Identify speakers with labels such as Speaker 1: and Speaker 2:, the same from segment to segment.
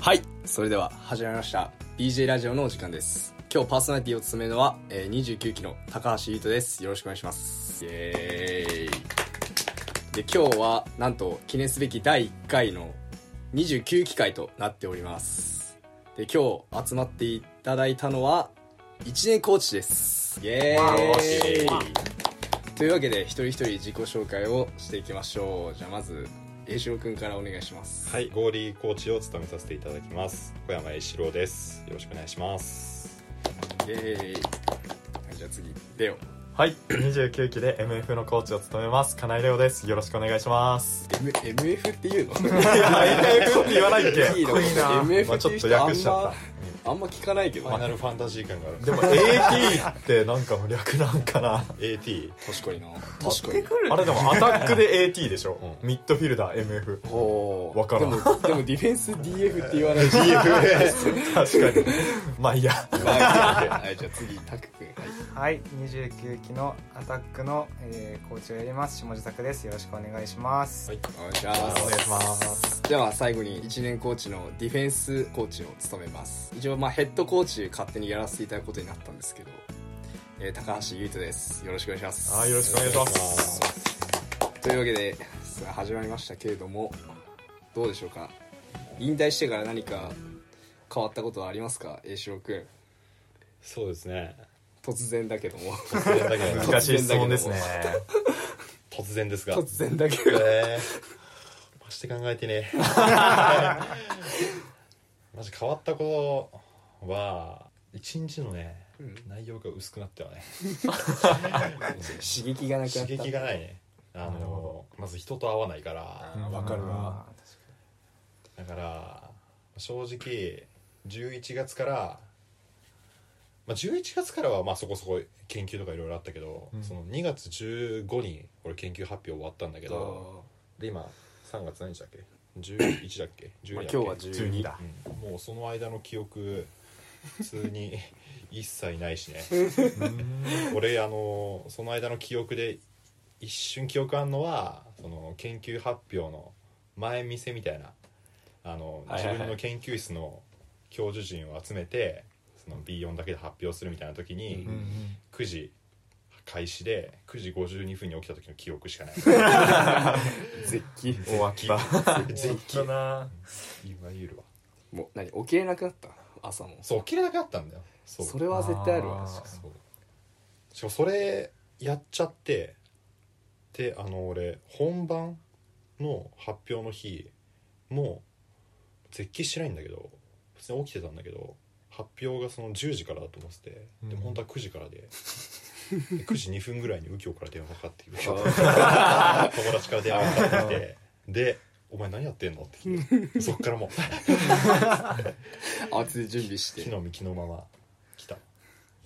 Speaker 1: はいそれでは始まりました BJ ラジオのお時間です今日パーソナリティを務めるのは、えー、29期の高橋優斗ですよろしくお願いしますイエーイで今日はなんと記念すべき第1回の29期会となっておりますで今日集まっていただいたのは一年コーチですイエーイというわけで一人一人自己紹介をしていきましょうじゃあまず栄志郎君からお願いします
Speaker 2: はい、ゴーリーコーチを務めさせていただきます。小山栄志郎です。よろしくお願いします。
Speaker 1: イエーイはいじゃあ次レオ
Speaker 3: はい、29期 で MF のコーチを務めます金井レオです。よろしくお願いします。
Speaker 1: M MF って 言うの
Speaker 3: いや、MF って言わない っ
Speaker 1: いいの MF
Speaker 3: まあ
Speaker 1: って
Speaker 3: ち
Speaker 1: い
Speaker 3: ょ
Speaker 1: う
Speaker 3: っと
Speaker 1: 人あ
Speaker 3: 略
Speaker 1: ん
Speaker 3: しちゃ
Speaker 1: ま
Speaker 3: っ
Speaker 1: あんま聞かないけど
Speaker 2: ファナルファンタジー感があ
Speaker 3: た。
Speaker 2: る。
Speaker 3: でも AT ってなんかも略なんかな。
Speaker 2: AT。
Speaker 1: 確かにな確かに
Speaker 3: あれでもアタッ クで AT でしょ。
Speaker 2: うん
Speaker 3: ミッドフィルダー MF。
Speaker 1: ほう
Speaker 3: わからん
Speaker 1: でもでもディフェンス DF って言わないし
Speaker 3: 確かに。まあいいや。
Speaker 1: はいじゃあ次タク君はい
Speaker 4: はい、29期のアタックの、えーコーチをやります下地作です。よろしくお願いします。
Speaker 2: はい。
Speaker 1: お願いしま
Speaker 3: お願いします。
Speaker 1: では最後に1年コーチのディフェンスコーチを務めます一応まあヘッドコーチ勝手にやらせていただくことになったんですけど、えー高橋優斗ですよろしくお願いします
Speaker 3: はいよろしくお願いします
Speaker 1: というわけでさあ始まりましたけれどもどうでしょうか引退してから何か変わったことはありますか栄志郎君
Speaker 2: そうですね。
Speaker 1: 突然だけども
Speaker 2: 突然だけど
Speaker 3: 難しい質問ですね。
Speaker 2: 突然ですが。
Speaker 1: 突然だけど
Speaker 2: えー、マジで考えてね。マジ変わったことは、一日のね、内容が薄くなったよね。
Speaker 1: 刺激がなくな
Speaker 2: 刺
Speaker 1: った
Speaker 2: 激がないね。あ
Speaker 3: なるほ
Speaker 2: の、まず人と会わないから。
Speaker 3: んわかるわ
Speaker 4: あー。確か
Speaker 2: だから正直11月から、まあ、11月からはまあそこそこ研究とかいろいろあったけど、
Speaker 3: うん
Speaker 2: その2月15に俺研究発表終わったんだけ
Speaker 1: あー
Speaker 2: どで今3月何日だっけ11だっけ12
Speaker 1: ま
Speaker 2: だ
Speaker 1: あ
Speaker 2: っ
Speaker 1: 今
Speaker 2: け、
Speaker 1: 日は
Speaker 3: 12
Speaker 1: 12
Speaker 3: だ。
Speaker 2: うんもうその間の記憶普通に一切な いしね俺あのその間の記憶で一瞬記憶あんのはその研究発表の前見せみたいなあの
Speaker 1: はいはい
Speaker 2: 自
Speaker 1: はい
Speaker 2: 分の研究室の教授陣を集めてその B4 だけで発表するみたいな時に
Speaker 1: うん
Speaker 2: 9時開始で9時52分に起きた時の記憶しかない
Speaker 1: 絶起
Speaker 3: 大秋だ。
Speaker 2: 絶起
Speaker 3: だな。
Speaker 2: いわゆるわ
Speaker 1: もう何起きれなくなった朝も
Speaker 2: そう起きれなかったんだよそう
Speaker 1: それは絶対あるわ
Speaker 3: あー
Speaker 2: そうしかもそれやっちゃってであの俺本番の発表の日もう絶起してないんだけど普通に起きてたんだけど発表がその10時からだと思ってて、で
Speaker 3: うん
Speaker 2: 本当は9時からでで9時2分ぐらいに右京から電話かかって きて友達から電話かかってきてで「お前何やってんの?」って聞いてそっからもう
Speaker 1: 慌てて準備し
Speaker 2: 木
Speaker 1: て
Speaker 2: の幹のまま来た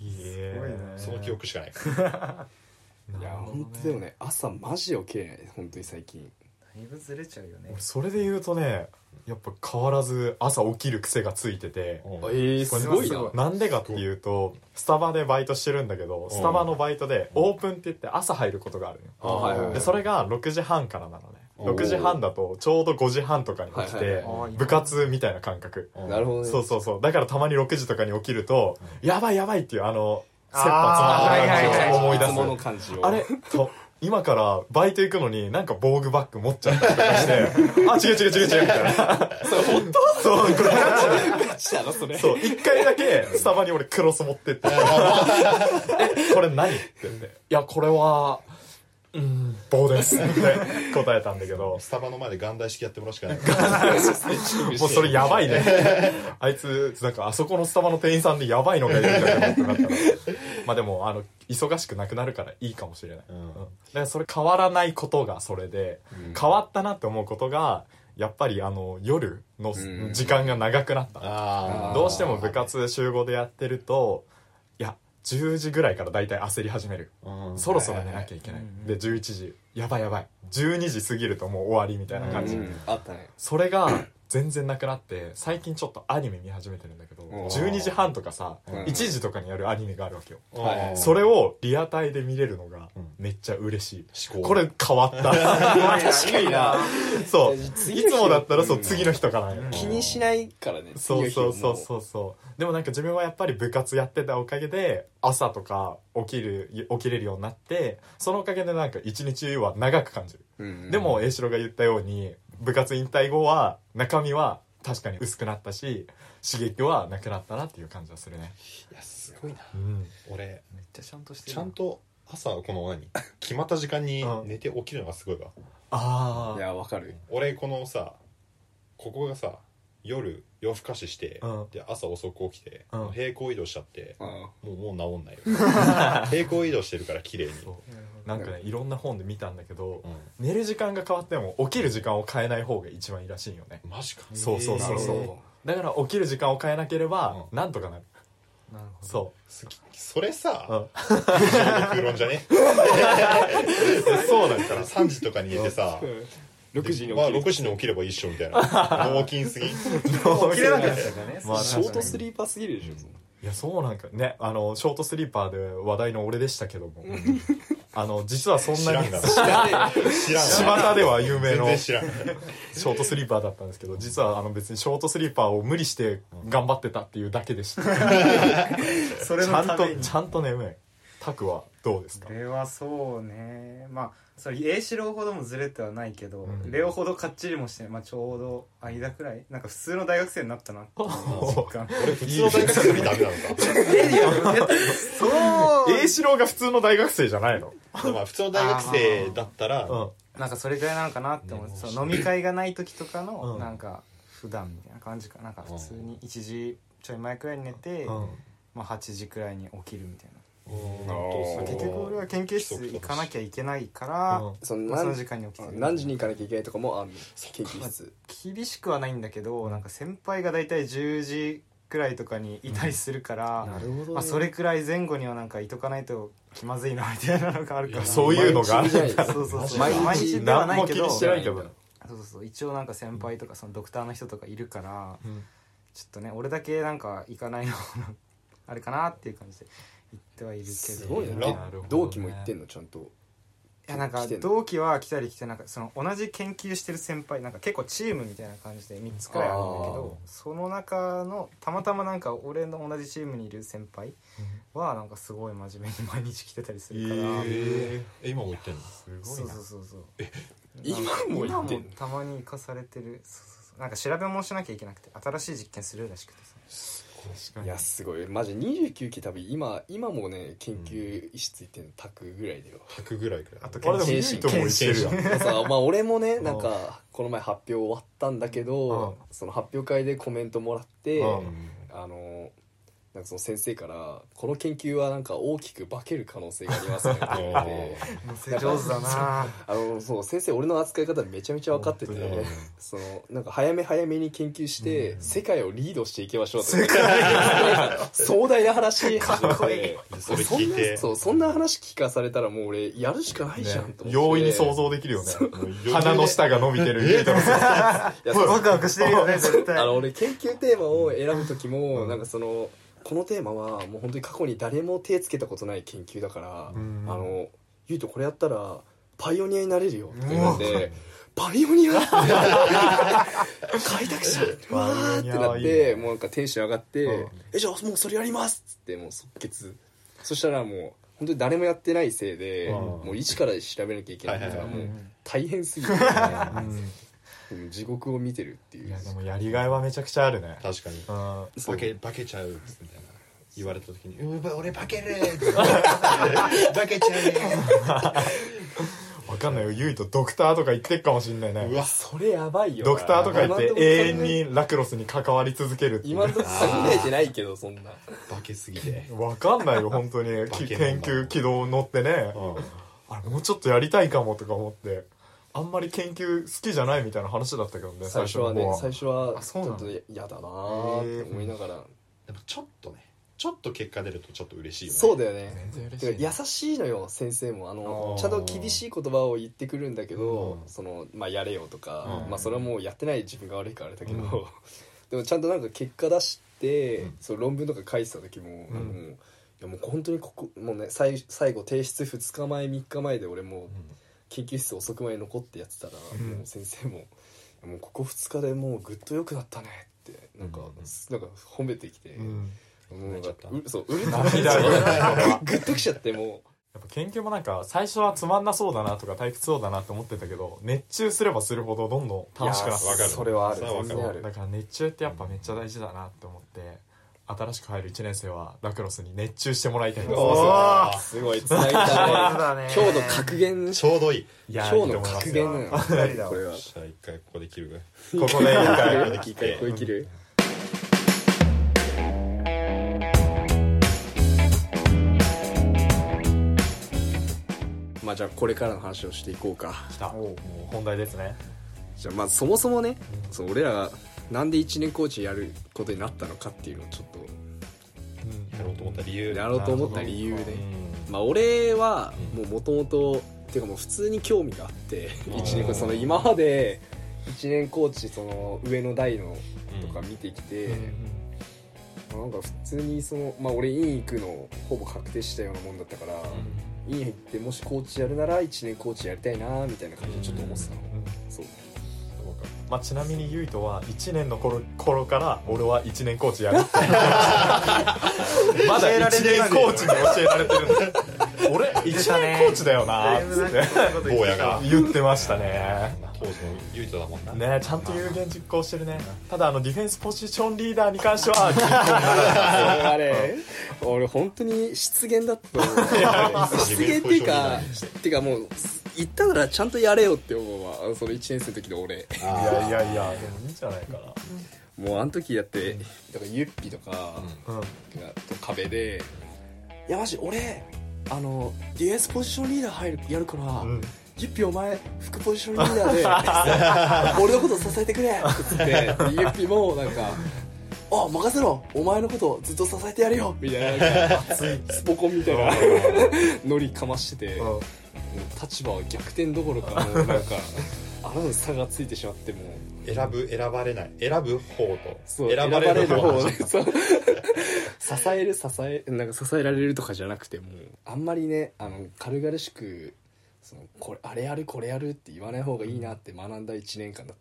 Speaker 3: いいえ
Speaker 4: すごいね
Speaker 2: その記憶し かな
Speaker 1: い
Speaker 2: い
Speaker 1: や
Speaker 3: なるほどね
Speaker 1: 本当でもね朝マジ起きれない本当に最近
Speaker 4: にだいぶずれちゃうよね
Speaker 3: 俺。それで言うとねやっぱ変わらず朝起きる癖がついてて
Speaker 2: うん
Speaker 1: ええ
Speaker 3: これ
Speaker 1: すごいな
Speaker 3: なんでかっていうとスタバでバイトしてるんだけどスタバのバイトでオープンって言って朝入ることがあるのよ
Speaker 1: あはいはいはい
Speaker 3: でそれが6時半からなのね
Speaker 2: おー
Speaker 3: 6時半だとちょうど5時半とかに起き
Speaker 1: はいはい
Speaker 3: て
Speaker 4: はい
Speaker 3: 部活みたいな感覚
Speaker 2: うん
Speaker 1: なるほどね
Speaker 3: そうそうそうだからたまに6時とかに起きるとやばいやばいっていうあの切
Speaker 4: あー
Speaker 3: 羽詰まった感じを思い
Speaker 1: い
Speaker 3: 出
Speaker 1: つもの
Speaker 3: す
Speaker 1: 感じを
Speaker 3: あれと今からバイト行くのになんか防具バッグ持っちゃったりとかしてあ違う違う違う違うみたいなそうこれ
Speaker 1: ガチだろそれ
Speaker 3: そう、一回だけ、スタバに俺クロス持ってって。え、これ何って言って。いや、これは、うん、棒です。って答えたんだけど、
Speaker 2: スタバの前で眼大式やってもらうし かない。
Speaker 3: もうそれやばいね。あいつ、なんかあそこのスタバの店員さんでやばいのがいるんだけどってなったら。まあでも、あの、忙しくなくなるからいいかもしれない。
Speaker 2: うん
Speaker 3: だからそれ変わらないことがそれで、変わったなって思うことが、やっぱりあの、夜の
Speaker 1: うん
Speaker 3: 時間が長くなった。
Speaker 2: あ
Speaker 3: どうしても部活集合でやってるといや10時ぐらいから大体焦り始める、
Speaker 2: あ
Speaker 3: そろそろ寝なきゃいけない、で11時やばいやばい12時過ぎるともう終わりみたいな
Speaker 1: う
Speaker 3: 感じ、
Speaker 1: んあったね
Speaker 3: それが全然なくなって最近ちょっとアニメ見始めてるんだけど
Speaker 1: おー
Speaker 3: 12時半とかさ
Speaker 1: うん
Speaker 3: 1時とかにやるアニメがあるわけよ
Speaker 1: はい
Speaker 3: それをリアタイで見れるのが
Speaker 2: うん
Speaker 3: めっちゃ嬉しい
Speaker 2: 思考
Speaker 3: これ変わっ た
Speaker 1: 確かにな
Speaker 3: そう
Speaker 1: いや次
Speaker 3: い
Speaker 1: の日
Speaker 3: つもだったらそう
Speaker 1: うん
Speaker 3: 次の日とかなんよ
Speaker 1: 気にしないからね
Speaker 3: そうそうそう
Speaker 1: う
Speaker 3: そうそうでもなんか自分はやっぱり部活やってたおかげで朝とか起きる起きれるようになってそのおかげでなんか一日は長く感じる、でも栄城が言ったように部活引退後は中身は確かに薄くなったし刺激はなくなったなっていう感じはするね
Speaker 2: いやすごいな
Speaker 3: うん
Speaker 2: 俺
Speaker 4: めっちゃちゃんとしてる
Speaker 2: ちゃんと朝この何決まった時間に
Speaker 3: うん
Speaker 2: 寝て起きるのがすごいわ
Speaker 3: あ
Speaker 1: いやわかる
Speaker 2: 俺このさここがさ夜夜更かしして、
Speaker 3: うん
Speaker 2: で朝遅く起きて、
Speaker 3: うん
Speaker 2: 平行移動しちゃって、
Speaker 1: うん
Speaker 2: もうもう治んないよ 平行移動してるから綺麗に
Speaker 3: あそう
Speaker 4: なるほど
Speaker 3: なんかねいろんな本で見たんだけど
Speaker 2: う、
Speaker 3: 寝る時間が変わっても起きる時間を変えない方が一番いいらしいよね
Speaker 2: んマジか
Speaker 3: そうそうそうそう
Speaker 2: えーなるほど
Speaker 3: だから起きる時間を変えなければなんとかなる、
Speaker 4: なるほど
Speaker 3: そ
Speaker 2: それ
Speaker 3: う、う
Speaker 2: さ
Speaker 3: ん
Speaker 2: 空論じゃね
Speaker 3: そうなん
Speaker 2: だから3時とかに寝てさ
Speaker 1: 6時に
Speaker 2: まあ、
Speaker 1: 起き
Speaker 2: 6時に起きれば一緒みたいな脳筋すぎ
Speaker 4: 起きれなくなっちゃうからね
Speaker 3: まあ
Speaker 1: ショートス
Speaker 4: リ
Speaker 1: リーパーすぎるでしょ
Speaker 3: いやそうなんかねあのショートスリーパーで話題の俺でしたけどもあの実はそん
Speaker 2: 知
Speaker 3: な
Speaker 2: ら
Speaker 3: に
Speaker 2: んがな知らん
Speaker 3: 巷では有名
Speaker 2: 全
Speaker 3: の
Speaker 2: 然
Speaker 3: シ
Speaker 2: 知らん
Speaker 3: ョートスリーパーだったんですけど実はあの別にショートスリーパーを無理して頑張ってたっていうだけでしたち
Speaker 4: それ
Speaker 3: ゃ
Speaker 4: の
Speaker 3: ん
Speaker 4: ため
Speaker 3: と
Speaker 4: に
Speaker 3: ちゃんと眠いタクはどうですか
Speaker 4: これはそうねまあそれ栄四郎ほどもずれてはないけど、
Speaker 3: うん
Speaker 4: レオほどかっちりもして、まあ、ちょうど間くらいなんか普通の大学生になったなっていう実感
Speaker 2: 俺普通の大学生よりダメなのか
Speaker 4: いやいや絶対そう
Speaker 3: 栄四郎が普通の大学生じゃないの
Speaker 2: でもまあ普通の大学生だったら
Speaker 3: うん
Speaker 4: なんかそれぐらいなのかなって思う、
Speaker 2: ね
Speaker 4: その飲み会がない時とか
Speaker 3: う
Speaker 4: の
Speaker 3: ん
Speaker 4: なんか普段みたいな感じかなんか普通に1時ちょい前くらいに寝て、
Speaker 3: うん
Speaker 4: まあ、8時くらいに起きるみたいな
Speaker 1: うん
Speaker 4: 結局俺は研究室行かなきゃいけないから、
Speaker 3: うん
Speaker 1: その
Speaker 4: まあ、その
Speaker 1: 何
Speaker 4: 時間に起きてる
Speaker 1: 何時に行かなきゃいけないとかもあるの研 究室
Speaker 4: 厳しくはないんだけどなんか先輩が大体10時くらいとかにいたりするから、
Speaker 1: るほど
Speaker 4: まあ、それくらい前後にはなんかいとかないと気まずいなみたいなのがあるか
Speaker 2: い
Speaker 4: ら
Speaker 2: や
Speaker 3: そういうのがあるんだ
Speaker 1: 毎日じゃない
Speaker 4: そうそうそう
Speaker 1: 毎
Speaker 4: 毎
Speaker 1: 日
Speaker 4: 日ではないけど
Speaker 3: 何も気にしてないけど
Speaker 4: そうそうそう一応なんか先輩とかそのドクターの人とかいるからちょっとね俺だけなんか行かないの あれかなっていう感じで行ってはいるけど
Speaker 1: すごいね
Speaker 2: なる
Speaker 3: ほどね
Speaker 1: 同期も行ってんのちゃんと
Speaker 4: いやなんか
Speaker 1: 来てんの
Speaker 4: 同期は来たり来てなんかその同じ研究してる先輩なんか結構チームみたいな感じで3つくらいあるんだけどその中のたまたまなんか俺の同じチームにいる先輩はなんかすごい真面目に毎日来てたりするから、
Speaker 2: えー今も言ってんの
Speaker 3: す
Speaker 4: そ
Speaker 3: ご
Speaker 4: う
Speaker 3: いな
Speaker 4: そうそうそう
Speaker 1: 今も行ってんの
Speaker 4: たまに行かされてるそうそうそうなんか調べもしなきゃいけなくて新しい実験するらしくてさ
Speaker 3: 確か
Speaker 1: い
Speaker 3: に
Speaker 1: やすごいマジ29期多分今今もね研究室行ってんのタクぐらいだよ
Speaker 2: 100ぐらいくらい
Speaker 4: あと
Speaker 3: あれでも
Speaker 1: 研
Speaker 3: ユ
Speaker 1: 修
Speaker 3: イとも一緒じゃん
Speaker 1: さまあ俺もね
Speaker 3: うん
Speaker 1: なんかこの前発表終わったんだけどその発表会でコメントもらって
Speaker 3: う
Speaker 2: うん
Speaker 1: あのなんかその先生から「この研究はなんか大きく化ける可能性がありますね」って言われて
Speaker 4: 上手だな
Speaker 1: あのそう先生俺の扱い方めちゃめちゃ分かってて
Speaker 3: 本当だ
Speaker 1: そのなんか早め早めに研究して世界をリードしていきましょうって 壮大な話かっこいい
Speaker 2: それ聞いて
Speaker 1: そうそんな話聞かされたらもう俺やるしかないじゃんと思って
Speaker 3: 容易に想像できるよね鼻の下が伸びてるユイとの
Speaker 1: いやそう
Speaker 4: ワクワクしてるよね絶対
Speaker 1: あの俺研究テーマを選ぶ時も、なんかそのこのテーマはもう本当に過去に誰も手つけたことない研究だから、
Speaker 3: うん
Speaker 1: あのゆうとこれやったらパイオニアになれるよって言われてパイオニア 開拓者うわーってなっ
Speaker 3: パイオニアはい
Speaker 1: て
Speaker 3: いね
Speaker 1: もうなんかテンション上がって、
Speaker 3: うん
Speaker 1: えじゃあもうそれやりますっつってもう即決そしたらもう本当に誰もやってないせいで、
Speaker 2: うん
Speaker 1: もう一から調べなきゃいけないから、
Speaker 2: はいはいは
Speaker 1: も
Speaker 2: い
Speaker 1: う大変すぎて、うん地獄を見てるっていう
Speaker 3: いやでもやりがいはめちゃくちゃあるね
Speaker 2: 確かに
Speaker 3: うん
Speaker 1: そう
Speaker 2: 化け化けちゃうみたいな言われた時に「うん俺 化ける!」化けちゃうね
Speaker 3: わかんないよユイとドクターとか言ってっかもしんないうね
Speaker 2: わ
Speaker 1: それやばいよな
Speaker 3: ドクターとか言って永遠
Speaker 1: に
Speaker 3: にラクロスに関わり続けるってい
Speaker 1: 今の
Speaker 3: う
Speaker 1: とこ考えてないけどそんな
Speaker 2: 化けすぎて
Speaker 3: わかんないよ本当に
Speaker 2: 化け物
Speaker 3: 研究軌道乗ってねあれもうちょっとやりたいかもとか思ってあんまり研究好きじゃないみたいな話だったけどね
Speaker 1: 最
Speaker 3: 最
Speaker 1: 初
Speaker 3: 初
Speaker 1: は
Speaker 3: の
Speaker 1: ね
Speaker 3: 方
Speaker 1: 最初は
Speaker 4: あ
Speaker 1: ち
Speaker 4: そうな
Speaker 1: ょ
Speaker 4: の
Speaker 1: っと嫌だなーって思いながら
Speaker 2: でもちょっとねちょっと結果出るとちょっと嬉しいよね
Speaker 1: そうだよね
Speaker 3: 全然
Speaker 1: て
Speaker 3: 嬉しい
Speaker 1: か優しいのよ先生もあの
Speaker 3: あー
Speaker 1: ちゃんと厳しい言葉を言ってくるんだけど
Speaker 2: うん
Speaker 1: そのまあやれよとか
Speaker 2: うん
Speaker 1: まあそれはもうやってない自分が悪いからあれだ けどでもちゃんとなんか結果出してそう論文とか書いてた時もなんかもうやもう本当にここもうね最最後提出2日前3日前で俺もう研究室遅くまで残ってやってたら、
Speaker 3: ん
Speaker 1: もう先生も「もうここ2日でもうぐっと良くなったね」ってなんか、
Speaker 3: うん
Speaker 1: なんか褒めてきて、
Speaker 3: うん
Speaker 1: もうなん
Speaker 2: 泣いちゃ
Speaker 1: か
Speaker 2: った
Speaker 1: うそううる
Speaker 3: 涙 が
Speaker 1: ぐぐっときちゃっても
Speaker 3: やっぱ研究もなんか最初はつまんなそうだなとか退屈そうだなって思ってたけど熱中すればするほどどんど
Speaker 1: うん
Speaker 3: 楽しくなって
Speaker 1: いや
Speaker 2: わかる
Speaker 1: それはある
Speaker 2: それはわ
Speaker 1: 全
Speaker 2: かる
Speaker 1: 然ある
Speaker 3: だから熱中ってやっぱめっちゃ大事だなって思って新しく入る1年生はラクロスに熱中してもらいたいです
Speaker 4: おー
Speaker 1: すごい伝えたい
Speaker 4: だね
Speaker 1: 今日の格言
Speaker 2: ちょうどいい
Speaker 3: い
Speaker 1: 今
Speaker 3: や
Speaker 1: 日の格言なのこ
Speaker 4: 二人だわ
Speaker 1: れは
Speaker 2: じゃあ一回ここで切るぐらい
Speaker 3: ここで一回
Speaker 2: ここで切って
Speaker 1: これ切るまあじゃあこれからの話をしていこうか
Speaker 3: 来た本題ですね
Speaker 1: じゃあまずそもそもねそう俺らがなんで1年コーチやることになったのかっていうのをちょっ
Speaker 2: やろうと思った理由
Speaker 1: とやろうと思った理由で
Speaker 3: うん
Speaker 1: まあ俺はもう元々っていうかもう普通に興味があって1年後その今まで1年コーチその上の代のとか見てきて、なんか普通にその、まあ、俺院行くのほぼ確定したようなもんだったから、院行ってもしコーチやるなら1年コーチやりたいなみたいな感じでちょっと思ってたの、
Speaker 3: うん
Speaker 1: そう
Speaker 3: まあ、ちなみにゆいとは1年の頃頃から俺は1年コーチやるって まだ1年コーチに教えられてるんだ俺1年コーチだよな
Speaker 4: だ
Speaker 3: っ
Speaker 4: いぶ
Speaker 3: つ
Speaker 4: なん
Speaker 3: っ
Speaker 4: か
Speaker 3: て
Speaker 4: そういうこと言っ
Speaker 2: 坊
Speaker 4: て
Speaker 2: や
Speaker 4: たわ
Speaker 2: が
Speaker 3: 言ってましたね
Speaker 2: 当時のユイトだもんな
Speaker 3: ねちゃんと有言実行してるねただあのディフェンスポジションリーダーに関して は実行ならない
Speaker 1: あれ俺本当に失言だった と思う失言っていうかっていうかもう行ったならちゃんとやれよって思うわその1年生の時の俺
Speaker 3: いやいやいやでもいいんじゃないか
Speaker 1: もうあの時やってだからゆっぴとか、
Speaker 3: なうん
Speaker 1: がと壁で「いやマジ俺あのディフェンスポジションリーダー入るやるから、
Speaker 3: ん
Speaker 1: ゆっぴお前副ポジションリーダ ーで俺のこと支えてくれ」って言ってでゆっぴもなん か「あ任せろお前のことずっと支えてやるよ」みたいななんか
Speaker 3: つい
Speaker 1: スポコンみたいなノリかましててもう立場は逆転どころかもう なんかあの差がついてしまってもう
Speaker 2: 選ぶ選ばれない選ぶ方
Speaker 1: そ
Speaker 2: と
Speaker 1: う
Speaker 2: 選ばれる方
Speaker 1: ねそう支える支えなんか支えられるとかじゃなくてもうあんまりねあの軽々しくそのこれあれやるこれやるって言わない方がいいなって学んだ1年間だっ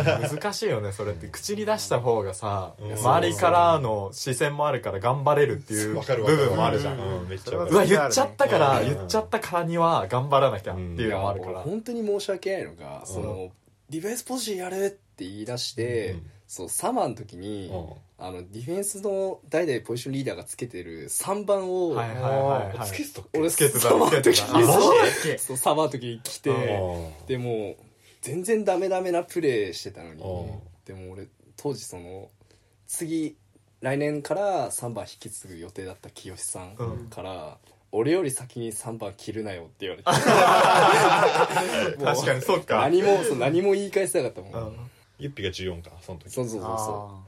Speaker 1: たよね
Speaker 3: 難しいよねそれって口に出した方がさ
Speaker 2: うん
Speaker 3: 周りからの視線もあるから頑張れるってい う
Speaker 2: わ
Speaker 3: 部
Speaker 2: かるわかる
Speaker 3: 分もあるじゃん
Speaker 2: うんめっちゃわ
Speaker 3: う
Speaker 2: か
Speaker 3: わ
Speaker 2: る
Speaker 3: 言っちゃったから
Speaker 2: うん
Speaker 3: 言っちゃったからには頑張らなきゃっていうのもあるか
Speaker 1: いや
Speaker 3: ら
Speaker 1: 本当に申し訳ないのが、そのディフェンスポジションやるって言い出して、
Speaker 2: うん
Speaker 1: そうサマーの時に、
Speaker 2: う
Speaker 1: あのディフェンスの代々ポジションリーダーがつけてる3番を、
Speaker 3: はいはいはい
Speaker 2: ん
Speaker 3: は
Speaker 2: つ
Speaker 3: い
Speaker 2: けてたっけ
Speaker 1: 俺
Speaker 3: つけてた
Speaker 1: サマーの時に
Speaker 3: つけてたあマジ
Speaker 1: そう
Speaker 4: で
Speaker 1: そうサマーの時に来て、
Speaker 2: う
Speaker 1: でも全然ダメダメなプレーしてたのに
Speaker 2: うん
Speaker 1: でも俺当時その次来年から3番引き継ぐ予定だった清さん
Speaker 3: うん
Speaker 1: から「俺より先に3番切るなよ」って言われてもう
Speaker 3: 確かにそうか
Speaker 1: 何もそう何も言い返せなかった
Speaker 3: う
Speaker 1: もん
Speaker 3: ん
Speaker 2: ゆっぴが14かその時
Speaker 1: そうそうそうそ
Speaker 4: あ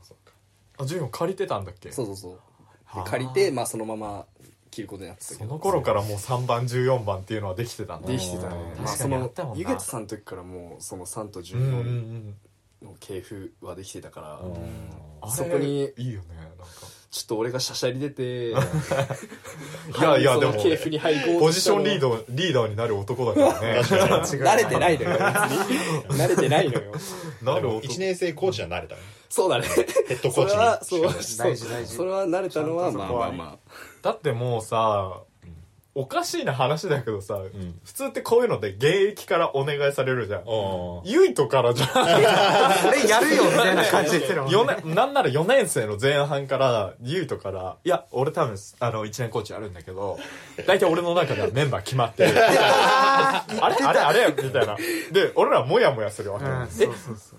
Speaker 2: そうか
Speaker 3: あジュンを借りてたんだっけ
Speaker 1: うそうそうそうで借りてまあそのまま切ることになってたけ
Speaker 3: そ
Speaker 1: ど
Speaker 3: の頃からもう3番14番っていうのはできてたんだ
Speaker 1: できてたね
Speaker 3: う
Speaker 1: ま
Speaker 3: ん
Speaker 1: あ
Speaker 3: 確か
Speaker 1: そ
Speaker 3: にあ
Speaker 1: の
Speaker 3: ったもん
Speaker 1: 湯
Speaker 3: な
Speaker 1: 桁さんの時からもうその3と
Speaker 3: うんうん
Speaker 1: 14
Speaker 3: うん
Speaker 1: の系譜はできてたから、
Speaker 3: あれ
Speaker 1: そこに
Speaker 3: いいよねなんか
Speaker 1: ちょっと俺がしゃしゃり出 てい
Speaker 3: やいやでも
Speaker 1: 系譜に入ろう
Speaker 3: ポ
Speaker 1: と
Speaker 3: ジ
Speaker 1: し
Speaker 3: シ
Speaker 1: た
Speaker 3: ョ
Speaker 1: の
Speaker 3: ンリードリーダーになる男だからね
Speaker 1: 慣れてないのよ別に慣れてないのよ
Speaker 3: な
Speaker 2: で
Speaker 3: る
Speaker 2: も
Speaker 3: 男
Speaker 2: 1年生コーチは慣れたね
Speaker 1: そうだね
Speaker 2: ヘッドコ
Speaker 1: それ
Speaker 2: ーチ
Speaker 1: は
Speaker 2: に
Speaker 1: そう
Speaker 4: 大事大事
Speaker 1: それは慣れたのは
Speaker 4: ちゃんと
Speaker 1: まあ
Speaker 4: そこ
Speaker 1: ま
Speaker 4: は
Speaker 1: あ
Speaker 4: ね
Speaker 1: ま
Speaker 3: だってもうさ
Speaker 2: ん
Speaker 3: おかしいな話だけどさ、
Speaker 2: ん
Speaker 3: 普通ってこういうので現役からお願いされるじゃん
Speaker 2: うん
Speaker 3: ゆいとからじゃん
Speaker 4: それやるよみたいな感じで言ってるもんね
Speaker 3: 四年なんなら4年生の前半からゆいとからいや俺多分あの1年コーチやるんだけど大体俺の中ではメンバー決ま ってるあれあれあれみたいなで俺らモヤモヤするわけ、
Speaker 4: うん
Speaker 3: え
Speaker 4: そうそうそう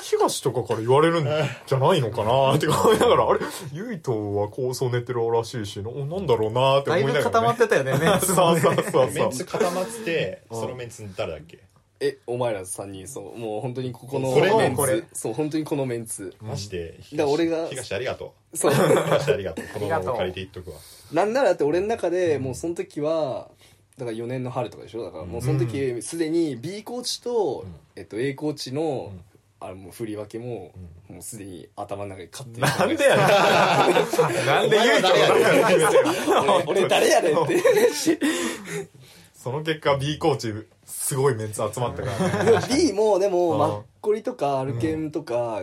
Speaker 3: 東とかから言われるんじゃないのかなって思いながら、あれ、ゆいとは構想寝てるらしいし、ななんだろうなって
Speaker 4: だ
Speaker 3: 思い
Speaker 4: い
Speaker 3: な
Speaker 4: ぶ
Speaker 3: がら、ね。
Speaker 4: 固まってたよねメンツ
Speaker 3: そ
Speaker 4: も
Speaker 3: う
Speaker 4: ね
Speaker 3: そう そう
Speaker 2: メ
Speaker 3: そ
Speaker 2: ン
Speaker 3: う。
Speaker 2: ツ固まってそのメンツ誰だっけ
Speaker 1: あえお前ら3人そうもう本当にここの
Speaker 2: これ
Speaker 1: メン
Speaker 2: こ
Speaker 1: ツそう本当にこのメンツ
Speaker 2: マジで
Speaker 1: だ
Speaker 2: 東
Speaker 1: から俺が
Speaker 2: 東ありがと
Speaker 1: そう
Speaker 2: う東ありがとうこの
Speaker 4: りが
Speaker 2: ま
Speaker 4: とう
Speaker 2: ま借りていっとくわ
Speaker 1: なんならだって俺の中でもうその時はだから4年の春とかでしょだからもうその時すでに B コーチと、えっと、A コーチのあれもう振り分けも、もうすでに頭の中で勝手に
Speaker 3: なんでやねんなんで言う
Speaker 1: 俺俺誰やねんって
Speaker 3: その結果 B コーチすごいメンツ集まったからね
Speaker 1: B もで
Speaker 3: う
Speaker 1: も
Speaker 3: ん
Speaker 1: マッコリとかアルケンとか、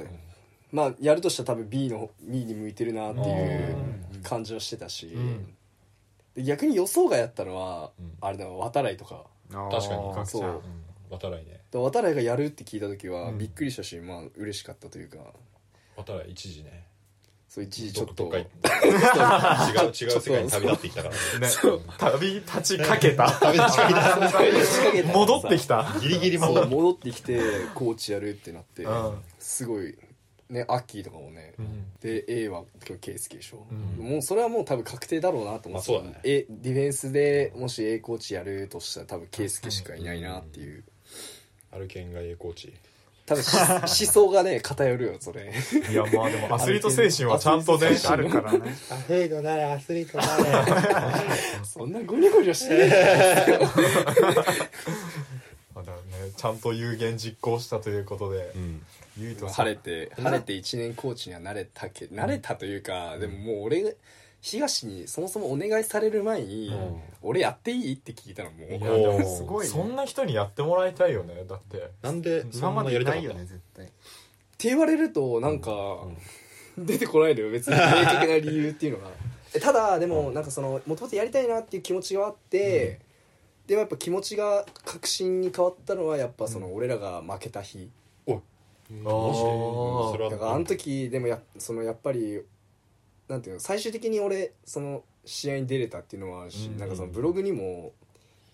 Speaker 1: まあやるとしたら多分 B の B に向いてるなっていう感じはしてたし、
Speaker 3: ん
Speaker 1: で逆に予想外やったのは、
Speaker 2: うん
Speaker 1: あれだ渡来とか
Speaker 2: 確かに
Speaker 4: あー
Speaker 1: そう
Speaker 4: 角ち
Speaker 2: 渡来ね
Speaker 1: で渡来がやるって聞いた時は、
Speaker 3: うん
Speaker 1: びっくりしたしまあ嬉しかったというか
Speaker 2: 渡来一時ね
Speaker 1: そう一時ちょっと
Speaker 2: どっか行った違う違う世界に旅立っていったからね
Speaker 3: ね旅立ちかけた
Speaker 2: 旅立ちかけた
Speaker 3: 戻ってきた
Speaker 2: ギリギリ
Speaker 1: そう
Speaker 2: 戻る
Speaker 1: 戻ってきてコーチやるってなって、
Speaker 3: うん
Speaker 1: すごいねアッキーとかもね、
Speaker 3: ん
Speaker 1: で A は今日圭介でしょ、
Speaker 3: うん
Speaker 1: もうそれはもう多分確定だろうなと思ってた、
Speaker 2: まあそうだね
Speaker 1: A ディフェンスでもし A コーチやるとしたら多分圭介しかいないなっていう
Speaker 2: アルケンが A コーチ
Speaker 1: 多分し思想がね偏るよそれ
Speaker 3: いやまあでもアスリート精神はちゃんとね
Speaker 1: ア
Speaker 4: あるからね
Speaker 2: アスリートなれアスリートなれ
Speaker 1: そんなゴリゴリはしてない
Speaker 3: まあだからねちゃんと有言実行したということで
Speaker 2: うん
Speaker 3: ゆいとさん
Speaker 1: 晴れて晴れて1年コーチには慣れたけ慣れたというか、でももう俺が東にそもそもお願いされる前に、
Speaker 2: うん
Speaker 1: 俺やっていいって聞いたらもう
Speaker 3: いやでも
Speaker 2: おー
Speaker 3: すごいね
Speaker 4: すご
Speaker 3: そ
Speaker 4: いね
Speaker 3: んな人にやってもらいたいよねだって
Speaker 2: なんで
Speaker 4: 今
Speaker 2: そん
Speaker 4: ま
Speaker 2: なや
Speaker 4: で
Speaker 2: りた
Speaker 4: な
Speaker 2: かっ
Speaker 4: いよ
Speaker 2: たの
Speaker 4: ね絶対
Speaker 1: って言われるとなんか、出てこないのよ別に明確な理由っていうのがえただでもなんかそのもともとやりたいなっていう気持ちがあって、でもやっぱ気持ちが確信に変わったのはやっぱその俺らが負けた日、
Speaker 2: マジで
Speaker 3: あー
Speaker 2: それは
Speaker 1: だからあの時でもやそのやっぱりなんていうの最終的に俺その試合に出れたっていうのはあるし、
Speaker 3: うん
Speaker 1: なんかそのブログにも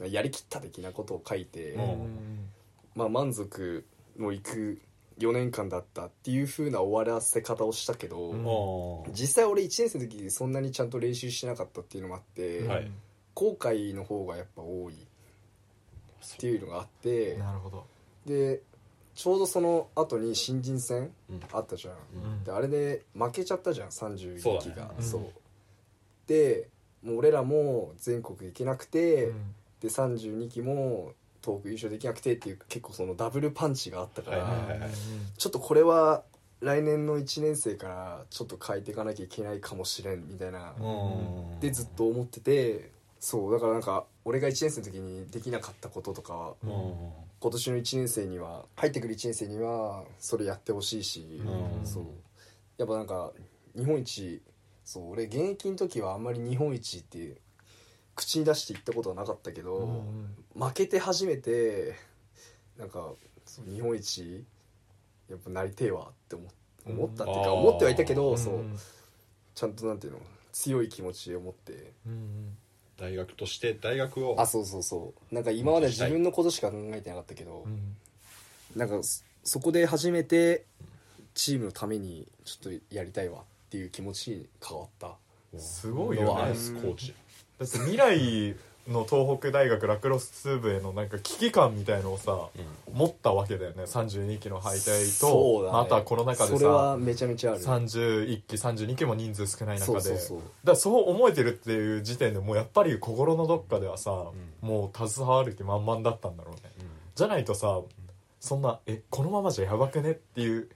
Speaker 1: やりきった的なことを書いて、
Speaker 2: うん
Speaker 1: まあ、満足のいく4年間だったっていう風な終わらせ方をしたけど、
Speaker 3: う
Speaker 2: あ
Speaker 3: ん
Speaker 1: 実際俺1年生の時そんなにちゃんと練習してなかったっていうのもあって、
Speaker 2: はい
Speaker 1: 後悔の方がやっぱ多いっていうのがあって
Speaker 3: なるほど
Speaker 1: でちょうどその後に新人戦
Speaker 2: うん
Speaker 1: あったじゃん、
Speaker 3: うん
Speaker 1: であれで負けちゃったじゃん31
Speaker 2: そう
Speaker 1: 期
Speaker 2: だね
Speaker 1: が
Speaker 3: うん
Speaker 1: そう,、でもう俺らも全国行けなくて、
Speaker 3: うん
Speaker 1: で32期も東北優勝できなくてっていう結構そのダブルパンチがあったから、
Speaker 2: はいはいはい
Speaker 1: ちょっとこれは来年の1年生からちょっと変えていかなきゃいけないかもしれんみたいな、
Speaker 2: ー
Speaker 1: でずっと思っててそうだからなんか俺が1年生の時にできなかったこととかは
Speaker 2: うん
Speaker 1: 今年の1年生には入ってくる1年生にはそれやってほしいし、
Speaker 2: うん
Speaker 1: そうやっぱなんか日本一そう俺現役の時はあんまり日本一って口に出して言ったことはなかったけど、
Speaker 3: うん
Speaker 1: 負けて初めてなんかそう日本一やっぱなりてえわって思っ
Speaker 3: うん
Speaker 1: 思ったっていう
Speaker 2: あー
Speaker 1: か思ってはいたけど、
Speaker 3: ん
Speaker 1: そうちゃんとなんていうの強い気持ちを持って
Speaker 3: うん
Speaker 2: 大学として大学を
Speaker 1: あそうそうそうなんか今まで自分のことしか考えてなかったけど、
Speaker 3: うん
Speaker 1: なんかそそこで初めてチームのためにちょっとやりたいわっていう気持ちに変わった
Speaker 3: すごいよ
Speaker 2: ナ
Speaker 3: ね
Speaker 2: イスコーチ
Speaker 3: だって未来の東北大学ラクロス部へのなんか危機感みたいのをさ、持ったわけだよね32期の敗退と、
Speaker 1: そうだね
Speaker 3: まああとはコロナ禍で
Speaker 1: それは
Speaker 3: さ
Speaker 1: めちゃめちゃある
Speaker 3: 31期32期も人数少ない中
Speaker 1: そ
Speaker 3: で
Speaker 1: うそうそう
Speaker 3: だからそう思えてるっていう時点でもうやっぱり心のどっかではさ、もう携わる気満々だったんだろうねじゃないとさそんな「えこのままじゃやばくね?」っていう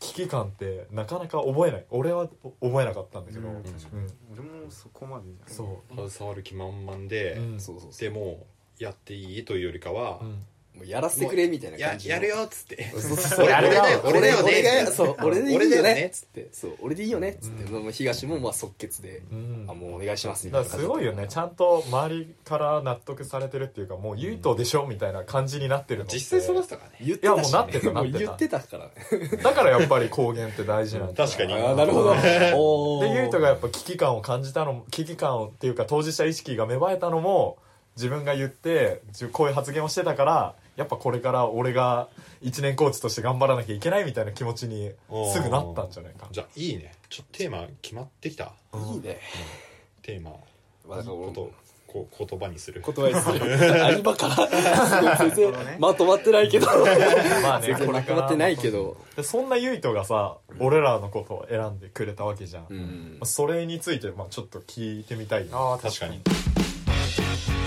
Speaker 3: 危機感ってなかなか覚えない俺は覚えなかったんだけど、
Speaker 4: うん
Speaker 3: うん
Speaker 4: 俺もそこまでじゃん
Speaker 3: そ
Speaker 2: 携わる気満々
Speaker 3: う、
Speaker 2: で
Speaker 3: うん
Speaker 1: そうそうそう
Speaker 2: でもやっていいというよりかは
Speaker 3: うん
Speaker 1: もうやらせてくれみたいな
Speaker 2: や
Speaker 1: 感じの
Speaker 2: やるよっつって
Speaker 1: そうそうそう
Speaker 2: 俺
Speaker 3: やる
Speaker 2: 俺
Speaker 3: よ
Speaker 2: だよ俺だよ
Speaker 1: 俺
Speaker 2: ね
Speaker 1: がそう俺でいい
Speaker 2: 俺だ
Speaker 1: よ
Speaker 2: よ
Speaker 1: ねっ
Speaker 2: ね
Speaker 1: つってそう俺でいいよねっつって、もう東もまあ即決で、
Speaker 3: うん
Speaker 1: あもうお願いしますみた
Speaker 3: だ
Speaker 1: いな
Speaker 3: からすごいよねちゃんと周りから納得されてるっていうかもう唯斗でしょみたいな感じになってるのって
Speaker 2: 実際そうだったからね
Speaker 1: 言ってたし、ね、
Speaker 3: いやもうなって
Speaker 1: も
Speaker 3: た
Speaker 1: う
Speaker 3: なってた
Speaker 1: 言ってたからね
Speaker 3: だからやっぱり公言って大事なんだ
Speaker 2: 確かに
Speaker 1: ああなる ほどお
Speaker 3: で
Speaker 1: ー
Speaker 3: 唯斗がやっぱ危機感を感じたのも危機感をっていうか当事者意識が芽生えたのも自分が言って自こういう発言をしてたからやっぱこれから俺が1年コーチとして頑張らなきゃいけないみたいな気持ちにすぐなったんじゃないか
Speaker 2: じゃあいいねちょっとテーマ決まってきた
Speaker 1: いいね
Speaker 2: テーマ
Speaker 1: まあだから俺
Speaker 2: こと
Speaker 1: も
Speaker 2: こ言葉にする
Speaker 1: 断りす る有馬からすごい全
Speaker 4: なるほどね
Speaker 1: 然まとまってないけど
Speaker 3: まあ
Speaker 1: 全然まとまってないけど
Speaker 3: でそんな唯斗がさ俺らのことを選んでくれたわけじゃん、
Speaker 1: うん
Speaker 3: まあそれについてまあちょっと聞いてみたいよね
Speaker 4: ああ
Speaker 2: 確かに
Speaker 4: 確